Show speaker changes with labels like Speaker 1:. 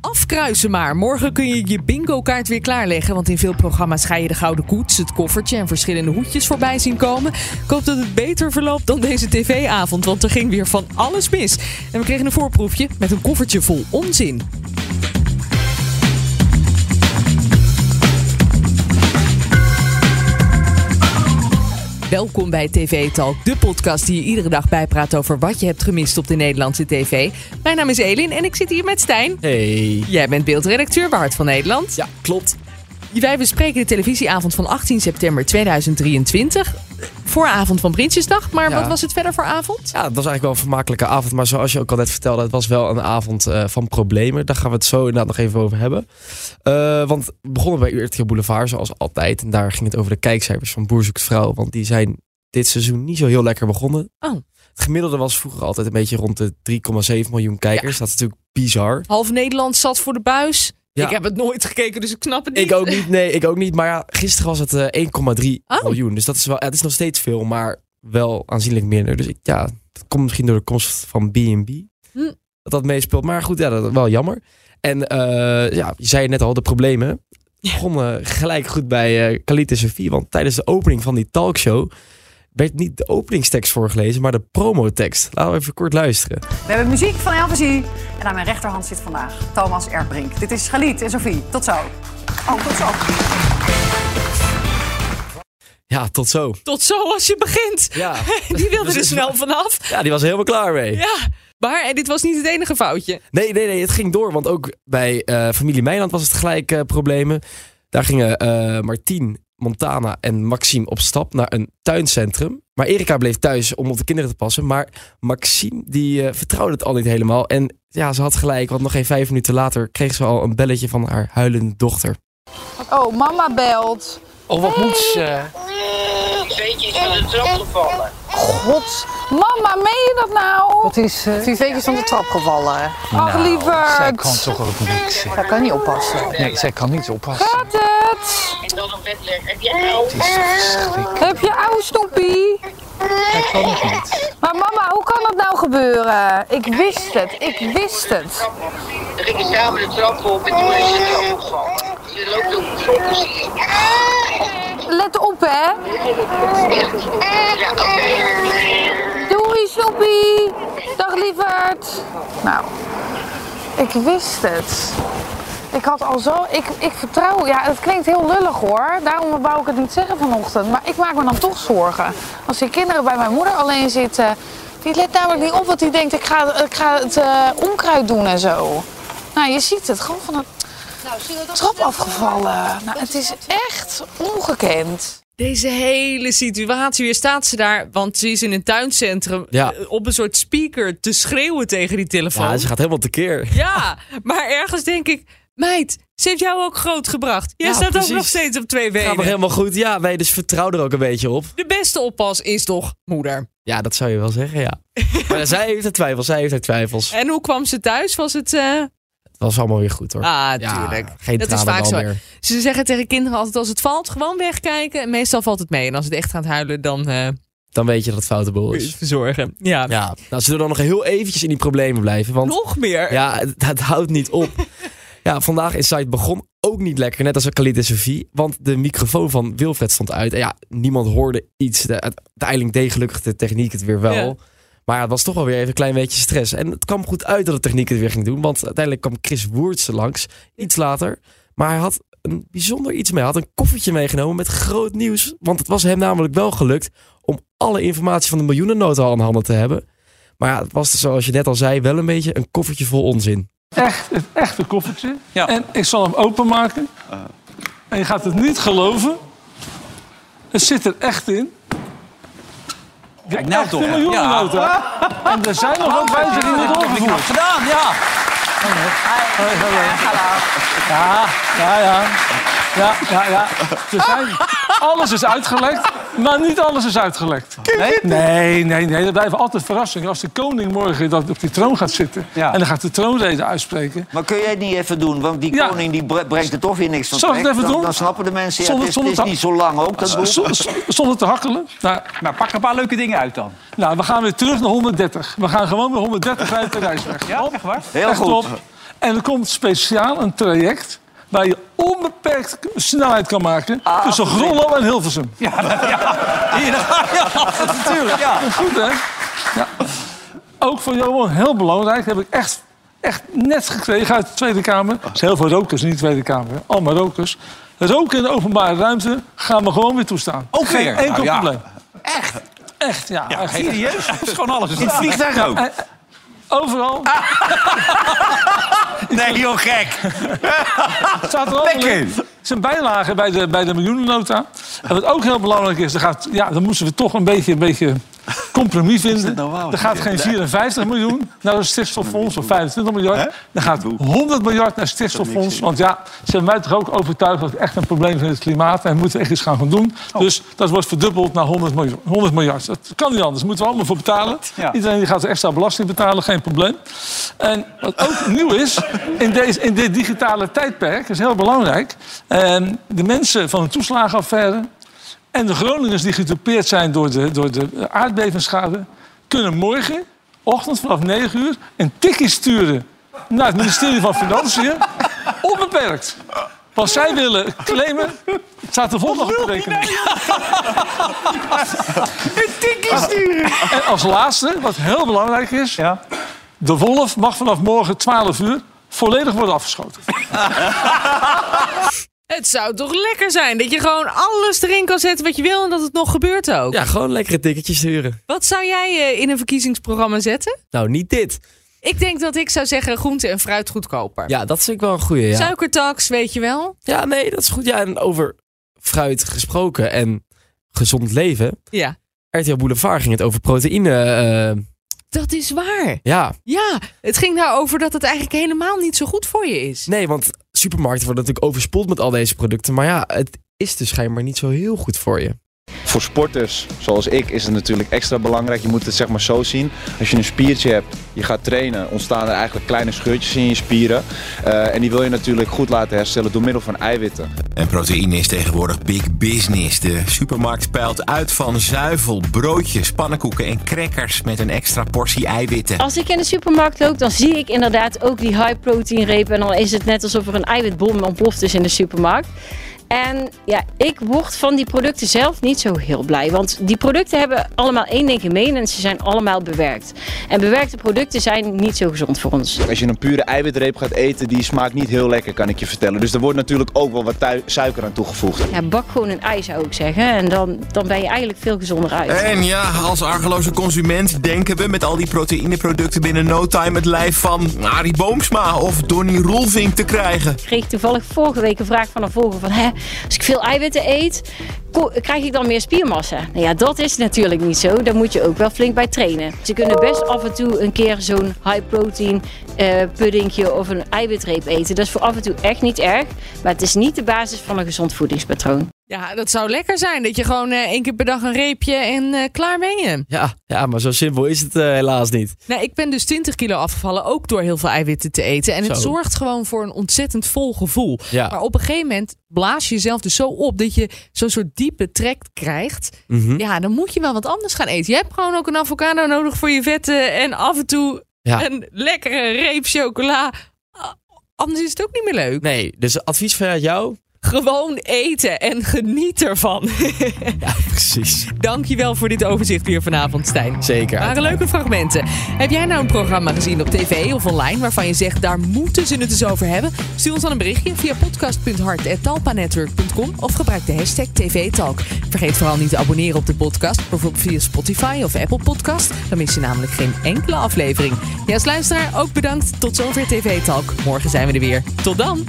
Speaker 1: afkruisen maar. Morgen kun je je bingo-kaart weer klaarleggen. Want in veel programma's ga je de gouden koets, het koffertje en verschillende hoedjes voorbij zien komen. Ik hoop dat het beter verloopt dan deze tv-avond. Want er ging weer van alles mis. En we kregen een voorproefje met een koffertje vol onzin. Welkom bij TV Talk, de podcast die je iedere dag bijpraat over wat je hebt gemist op de Nederlandse tv. Mijn naam is Elin en ik zit hier met Stijn.
Speaker 2: Hey.
Speaker 1: Jij bent beeldredacteur bij Hart van Nederland.
Speaker 2: Ja, klopt.
Speaker 1: Wij bespreken de televisieavond van 18 september 2023. Vooravond van Prinsjesdag, maar
Speaker 2: Ja.
Speaker 1: wat was het verder voor avond?
Speaker 2: Ja, het was eigenlijk wel een vermakelijke avond. Maar zoals je ook al net vertelde, het was wel een avond eh, van problemen. Daar gaan we het zo inderdaad nog even over hebben. Eh, want we begonnen bij URTG Boulevard, zoals altijd. En daar ging het over de kijkcijfers van Boer Zoekt Vrouw. Want die zijn dit seizoen niet zo heel lekker begonnen.
Speaker 1: Oh.
Speaker 2: Het gemiddelde was vroeger altijd een beetje rond de 3,7 miljoen kijkers. Dat is natuurlijk bizar.
Speaker 1: Half Nederland zat voor de buis.
Speaker 2: Ja.
Speaker 1: Ik heb het nooit gekeken, dus ik snap het niet.
Speaker 2: Ik ook niet, nee, ik ook niet. Maar ja, gisteren was het eh, 1,3
Speaker 1: Oh.
Speaker 2: miljoen. Dus dat is wel, het is nog steeds veel, maar wel aanzienlijk minder. Dus ik, ja, dat komt misschien door de komst van B&B.
Speaker 1: Hm.
Speaker 2: Dat dat meespeelt. Maar goed, ja, dat is wel jammer. En eh, ja, je zei net al, de problemen.
Speaker 1: Ja.
Speaker 2: Begonnen gelijk goed bij eh Khalid en Sophie. Want tijdens de opening van die talkshow werd niet de openingstekst voorgelezen, maar de promotekst. Laten we even kort luisteren.
Speaker 3: We hebben muziek van Elvisie. En aan mijn rechterhand zit vandaag Thomas Erbrink. Dit is Galit en Sophie. Tot zo. Oh, tot zo.
Speaker 2: Ja, tot zo.
Speaker 1: Tot zo als je begint.
Speaker 2: Ja,
Speaker 1: Die wilde
Speaker 2: Dus-
Speaker 1: er snel vanaf.
Speaker 2: ja die was er helemaal klaar mee.
Speaker 1: Ja, maar en dit was niet het enige foutje.
Speaker 2: Nee, nee, nee, het ging door. Want ook bij eh, familie Meiland was het gelijk eh, problemen. Daar gingen eh Martien, Montana en Maxime op stap naar een tuincentrum. Maar Erika bleef thuis om op de kinderen te passen. Maar Maxime die eh, vertrouwde het al niet helemaal. En ja, ze had gelijk, want nog geen vijf minuten later kreeg ze al een belletje van haar huilende dochter.
Speaker 4: Oh, mama belt.
Speaker 5: Oh, wat moet ze? Beetje is van de trap gevallen.
Speaker 4: God. Mama, meen je dat nou?
Speaker 6: Wat is ze?
Speaker 4: Viveetje is van de trap gevallen. Ach,
Speaker 6: Zij
Speaker 4: lieverd.
Speaker 6: kan toch ook niks. hè?
Speaker 4: Zij kan niet oppassen.
Speaker 6: Nee, zij kan niet oppassen.
Speaker 4: Gaat het?
Speaker 5: En dan een bed leggen. Heb jij al?
Speaker 6: Het is toch verschrikkelijk.
Speaker 4: Heb je oude snoepie?
Speaker 6: Zij kan het niet.
Speaker 4: Maar mama, hoe kan dat nou gebeuren? Ik wist het. Ik wist het.
Speaker 5: We gingen samen de trap op en toen is de trap gevallen. Ze loopt op de fokkers hier.
Speaker 4: Let op, hè.
Speaker 5: Echt. Ja, oké.
Speaker 4: Doei, snoepie. Dag, lieverd. Nou, ik wist het. Ik had al zo... Ik, ik vertrouw... Ja, het klinkt heel lullig, hoor. Daarom wou ik het niet zeggen vanochtend. Maar ik maak me dan toch zorgen. Als die kinderen bij mijn moeder alleen zitten... Die let namelijk niet op, want die denkt... Ik ga, ik ga het eh, onkruid doen en zo. Nou, je ziet het. Gewoon van een trap afgevallen. Nou, het is echt ongekend.
Speaker 1: Deze hele situatie, weer staat ze daar, want ze is in een tuincentrum
Speaker 2: Ja.
Speaker 1: eh, op een soort speaker te schreeuwen tegen die telefoon.
Speaker 2: Ja, ze gaat helemaal tekeer.
Speaker 1: Ja, maar ergens denk ik, meid, ze heeft jou ook grootgebracht. Jij
Speaker 2: Ja,
Speaker 1: staat
Speaker 2: precies.
Speaker 1: ook nog steeds op twee
Speaker 2: Gaat nog
Speaker 1: benen.
Speaker 2: helemaal goed. Ja, nee, dus vertrouw er ook een beetje op.
Speaker 1: De beste oppas is toch moeder.
Speaker 2: Ja, dat zou je wel zeggen, ja. Maar zij heeft haar twijfels, zij heeft haar twijfels.
Speaker 1: En hoe kwam ze thuis? Was het... eh,
Speaker 2: Het was allemaal weer goed hoor.
Speaker 1: Ah,
Speaker 2: Ja,
Speaker 1: tuurlijk.
Speaker 2: geen
Speaker 1: dat is
Speaker 2: tranen
Speaker 1: vaak
Speaker 2: dan
Speaker 1: zo.
Speaker 2: meer.
Speaker 1: Ze zeggen tegen kinderen altijd als het valt, gewoon wegkijken. En meestal valt het mee. En als het echt gaat huilen, dan eh
Speaker 2: dan weet je dat het foute boel
Speaker 1: moet je het
Speaker 2: is.
Speaker 1: verzorgen. Ja.
Speaker 2: Ja, nou, zullen we dan nog heel eventjes in die problemen blijven? Want
Speaker 1: Nog meer.
Speaker 2: ja, het, het houdt niet op. ja, vandaag is Site begon ook niet lekker, net als Khalid en Sophie. Want de microfoon van Wilfred stond uit. En ja, niemand hoorde iets. De- Uiteindelijk deed gelukkig de techniek het weer wel.
Speaker 1: Ja.
Speaker 2: Maar het was toch wel weer even een klein beetje stress. En het kwam goed uit dat de techniek het weer ging doen. Want uiteindelijk kwam Chris Woertsen langs, iets later. Maar hij had een bijzonder iets mee. Hij had een koffertje meegenomen met groot nieuws. Want het was hem namelijk wel gelukt om alle informatie van de miljoenennota al in handen te hebben. Maar ja, het was zoals je net al zei, wel een beetje een koffertje vol onzin.
Speaker 7: Echt, het echte koffertje. En ik zal hem openmaken. En je gaat het niet geloven. Het zit er echt in. Kijk nou toch. En er zijn nog wat wijzigingen doorgevoerd. gedaan, ja. Ja, ja, ja. Ja, ja, ja. Er zijn, alles is uitgelekt, maar niet alles is uitgelekt. Nee? Nee, nee, nee. Dat blijven altijd verrassingen. Als de koning morgen dat op die troon gaat zitten...
Speaker 8: Ja.
Speaker 7: en dan gaat de troonrede uitspreken...
Speaker 8: Maar kun jij het niet even doen? Want die
Speaker 7: Ja.
Speaker 8: koning die bre- brengt er toch weer niks van
Speaker 7: Zal ik het
Speaker 8: terecht.
Speaker 7: even
Speaker 8: dan,
Speaker 7: doen?
Speaker 8: dan snappen de mensen, ja,
Speaker 7: Zonder-
Speaker 8: het, is, het is
Speaker 7: zonder-
Speaker 8: niet zo lang ook, dat boek.
Speaker 7: Z- z- Zonder te hakkelen. Nou,
Speaker 9: Nou, pak een paar leuke dingen uit dan.
Speaker 7: nou, we gaan weer terug naar 130. We gaan gewoon weer 130 uit de reisweg.
Speaker 9: Ja, echt waar?
Speaker 8: Heel
Speaker 7: Echt
Speaker 8: goed.
Speaker 7: op. En er komt speciaal een traject waar je onbeperkt snelheid kan maken
Speaker 8: Ah,
Speaker 7: tussen Grollo en Hilversum.
Speaker 9: Ja, ja. Hier, daar ga je al, natuurlijk. Ja.
Speaker 7: Dat is goed, hè? Ja. Ook voor Johan, heel belangrijk, heb ik echt, echt net gekregen uit de Tweede Kamer. Er zijn heel veel rokers in die Tweede Kamer, hè. allemaal rokers. Roken in de openbare ruimte gaan we gewoon weer toestaan.
Speaker 9: Ook
Speaker 7: Geen
Speaker 9: weer?
Speaker 7: enkel
Speaker 9: Nou ja.
Speaker 7: probleem. Echt? Echt, ja. echt.
Speaker 9: Serieus? Dat is gewoon alles.
Speaker 8: In het vliegtuig ook.
Speaker 7: Overal
Speaker 9: Nee, joh, gek.
Speaker 7: staat er allemaal
Speaker 9: Lekker.
Speaker 7: in. Het zijn bijlagen bij de, bij de miljoenennota. En wat ook heel belangrijk is, er gaat, ja, dan moesten we toch een beetje, een beetje compromis vinden.
Speaker 9: nou waar?
Speaker 7: er gaat geen 54 miljoen naar het stikstoffonds of 25 miljard. Er gaat 100 miljard naar het stikstoffonds. Want ja, ze hebben mij toch ook overtuigd dat het echt een probleem is met het klimaat. En we moeten echt iets gaan gaan doen. Dus dat wordt verdubbeld naar 100 miljoen- 100 miljard. Dat kan niet anders. Daar moeten we allemaal voor betalen.
Speaker 9: Ja.
Speaker 7: Iedereen die gaat er extra belasting betalen, geen probleem. En wat ook nieuw is, in, deze, in dit digitale tijdperk, is heel belangrijk... ehm, de mensen van de toeslagenaffaire en de Groningers die gedupeerd zijn door de, door de aardbevingsschade... kunnen morgenochtend vanaf 9 uur een tikkie sturen naar het ministerie van Financiën. Onbeperkt. Wat zij willen claimen, staat de volgende op de rekening. En als laatste, wat heel belangrijk is...
Speaker 9: Ja.
Speaker 7: de wolf mag vanaf morgen 12 uur volledig worden afgeschoten.
Speaker 1: Het zou toch lekker zijn dat je gewoon alles erin kan zetten wat je wil en dat het nog gebeurt ook.
Speaker 2: Ja, gewoon lekkere ticketjes sturen.
Speaker 1: Wat zou jij eh, in een verkiezingsprogramma zetten?
Speaker 2: Nou, niet dit.
Speaker 1: Ik denk dat ik zou zeggen groente en fruit goedkoper.
Speaker 2: Ja, dat vind ik wel een goeie, ja.
Speaker 1: Suikertax, weet je wel?
Speaker 2: Ja, nee, dat is goed. Ja, en over fruit gesproken en gezond leven.
Speaker 1: Ja.
Speaker 2: RTL Boulevard ging het over proteïne. eh,
Speaker 1: Dat is waar.
Speaker 2: ja,
Speaker 1: Ja, het ging daarover dat het eigenlijk helemaal niet zo goed voor je is.
Speaker 2: nee, want supermarkten worden natuurlijk overspoeld met al deze producten. Maar ja, het is dus schijnbaar niet zo heel goed voor je.
Speaker 10: Voor sporters zoals ik is het natuurlijk extra belangrijk. Je moet het zeg maar zo zien. Als je een spiertje hebt, je gaat trainen, ontstaan er eigenlijk kleine scheurtjes in je spieren. Eh, en die wil je natuurlijk goed laten herstellen door middel van eiwitten.
Speaker 11: En proteïne is tegenwoordig big business. De supermarkt peilt uit van zuivel, broodjes, pannenkoeken en crackers met een extra portie eiwitten.
Speaker 6: Als ik in de supermarkt loop, dan zie ik inderdaad ook die high protein repen. En dan is het net alsof er een eiwitbom ontploft is in de supermarkt. En ja, ik word van die producten zelf niet zo heel blij. Want die producten hebben allemaal één ding gemeen en ze zijn allemaal bewerkt. En bewerkte producten zijn niet zo gezond voor ons.
Speaker 10: Als je een pure eiwitreep gaat eten, die smaakt niet heel lekker, kan ik je vertellen. Dus er wordt natuurlijk ook wel wat tui- suiker aan toegevoegd.
Speaker 6: Ja, bak gewoon een ei zou ik zeggen. En dan, dan ben je eigenlijk veel gezonder uit.
Speaker 11: En ja, als argeloze consument denken we met al die proteïneproducten binnen no time het lijf van Arie Boomsma of Donnie Roelvink te krijgen.
Speaker 6: kreeg toevallig vorige week een vraag van een volger van... Hè, als ik veel eiwitten eet, ko- krijg ik dan meer spiermassa? Nou ja, dat is natuurlijk niet zo. Daar moet je ook wel flink bij trainen. Ze kunnen best af en toe een keer zo'n high-protein eh puddingje of een eiwitreep eten. Dat is voor af en toe echt niet erg. Maar het is niet de basis van een gezond voedingspatroon.
Speaker 1: Ja, dat zou lekker zijn dat je gewoon eh, één keer per dag een reepje en eh, klaar ben je.
Speaker 2: Ja, ja, maar zo simpel is het eh, helaas niet.
Speaker 1: Nou, ik ben dus 20 kilo afgevallen, ook door heel veel eiwitten te eten. En het
Speaker 2: Zo.
Speaker 1: zorgt gewoon voor een ontzettend vol gevoel.
Speaker 2: Ja.
Speaker 1: Maar op een gegeven moment blaas je jezelf dus zo op dat je zo'n soort diepe trek krijgt.
Speaker 2: Mhm.
Speaker 1: Ja, dan moet je wel wat anders gaan eten. Je hebt gewoon ook een avocado nodig voor je vetten en af en toe
Speaker 2: Ja.
Speaker 1: een lekkere reep chocola. Ah, Anders is het ook niet meer leuk.
Speaker 2: Nee, dus advies vanuit jou?
Speaker 1: Gewoon eten en geniet ervan.
Speaker 2: Precies.
Speaker 1: Dankjewel voor dit overzicht weer vanavond, Stijn.
Speaker 2: Zeker.
Speaker 1: Waren leuke fragmenten. Heb jij nou een programma gezien op tv of online waarvan je zegt daar moeten ze het eens over hebben? Stuur ons dan een berichtje via podcast.hart.talpanetwork.com of gebruik de hashtag TVTalk. Vergeet vooral niet te abonneren op de podcast, bijvoorbeeld via Spotify of Apple Podcast. Dan mis je namelijk geen enkele aflevering. Ja, als luisteraar ook bedankt. Tot zover TV Talk. Morgen zijn we er weer. Tot dan!